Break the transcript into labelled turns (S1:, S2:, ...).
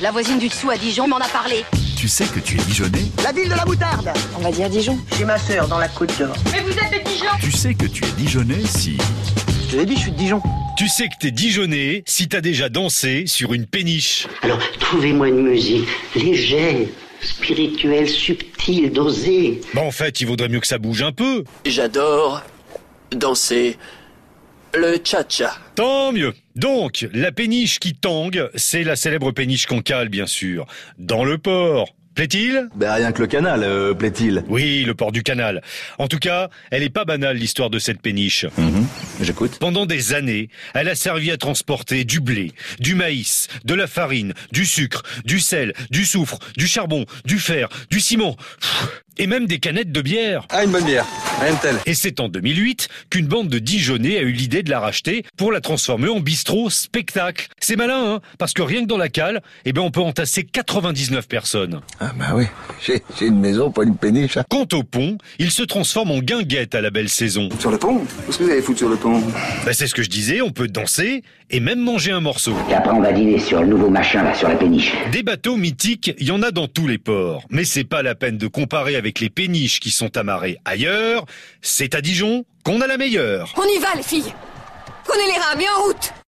S1: La voisine du dessous à Dijon m'en a parlé.
S2: Tu sais que tu es Dijonais
S3: La ville de la moutarde
S4: On va dire Dijon.
S3: Chez ma sœur, dans la Côte d'Or.
S5: Mais vous êtes de Dijon
S2: Tu sais que tu es Dijonais si...
S3: Je te l'ai dit, je suis de Dijon.
S6: Tu sais que t'es Dijonais si t'as déjà dansé sur une péniche.
S7: Alors, trouvez-moi une musique légère, spirituelle, subtile, dosée.
S6: Bah en fait, il vaudrait mieux que ça bouge un peu.
S8: J'adore danser le cha-cha.
S6: Tant mieux. Donc, la péniche qui tangue, c'est la célèbre péniche concale, bien sûr. Dans le port. Plaît-il
S9: Ben rien que le canal, euh, plaît-il
S6: Oui, le port du canal. En tout cas, elle est pas banale l'histoire de cette péniche.
S9: Mhm, J'écoute.
S6: Pendant des années, elle a servi à transporter du blé, du maïs, de la farine, du sucre, du sel, du soufre, du charbon, du fer, du ciment, pff, et même des canettes de bière.
S9: Ah, une bonne bière. Rien de tel.
S6: Et c'est en 2008 qu'une bande de Dijonais a eu l'idée de la racheter pour la transformer en bistrot spectacle. C'est malin, hein Parce que rien que dans la cale, eh ben on peut entasser 99 personnes.
S9: Ah bah oui, j'ai j'ai une maison, pas une péniche. hein.
S6: Quant au pont, il se transforme en guinguette à la belle saison.
S10: Sur le pont Qu'est-ce que vous allez foutre sur le pont
S6: Bah, c'est ce que je disais, on peut danser et même manger un morceau.
S7: Et après, on va dîner sur le nouveau machin, là, sur la péniche.
S6: Des bateaux mythiques, il y en a dans tous les ports. Mais c'est pas la peine de comparer avec les péniches qui sont amarrées ailleurs. C'est à Dijon qu'on a la meilleure.
S5: On y va les filles Prenez les rames et en route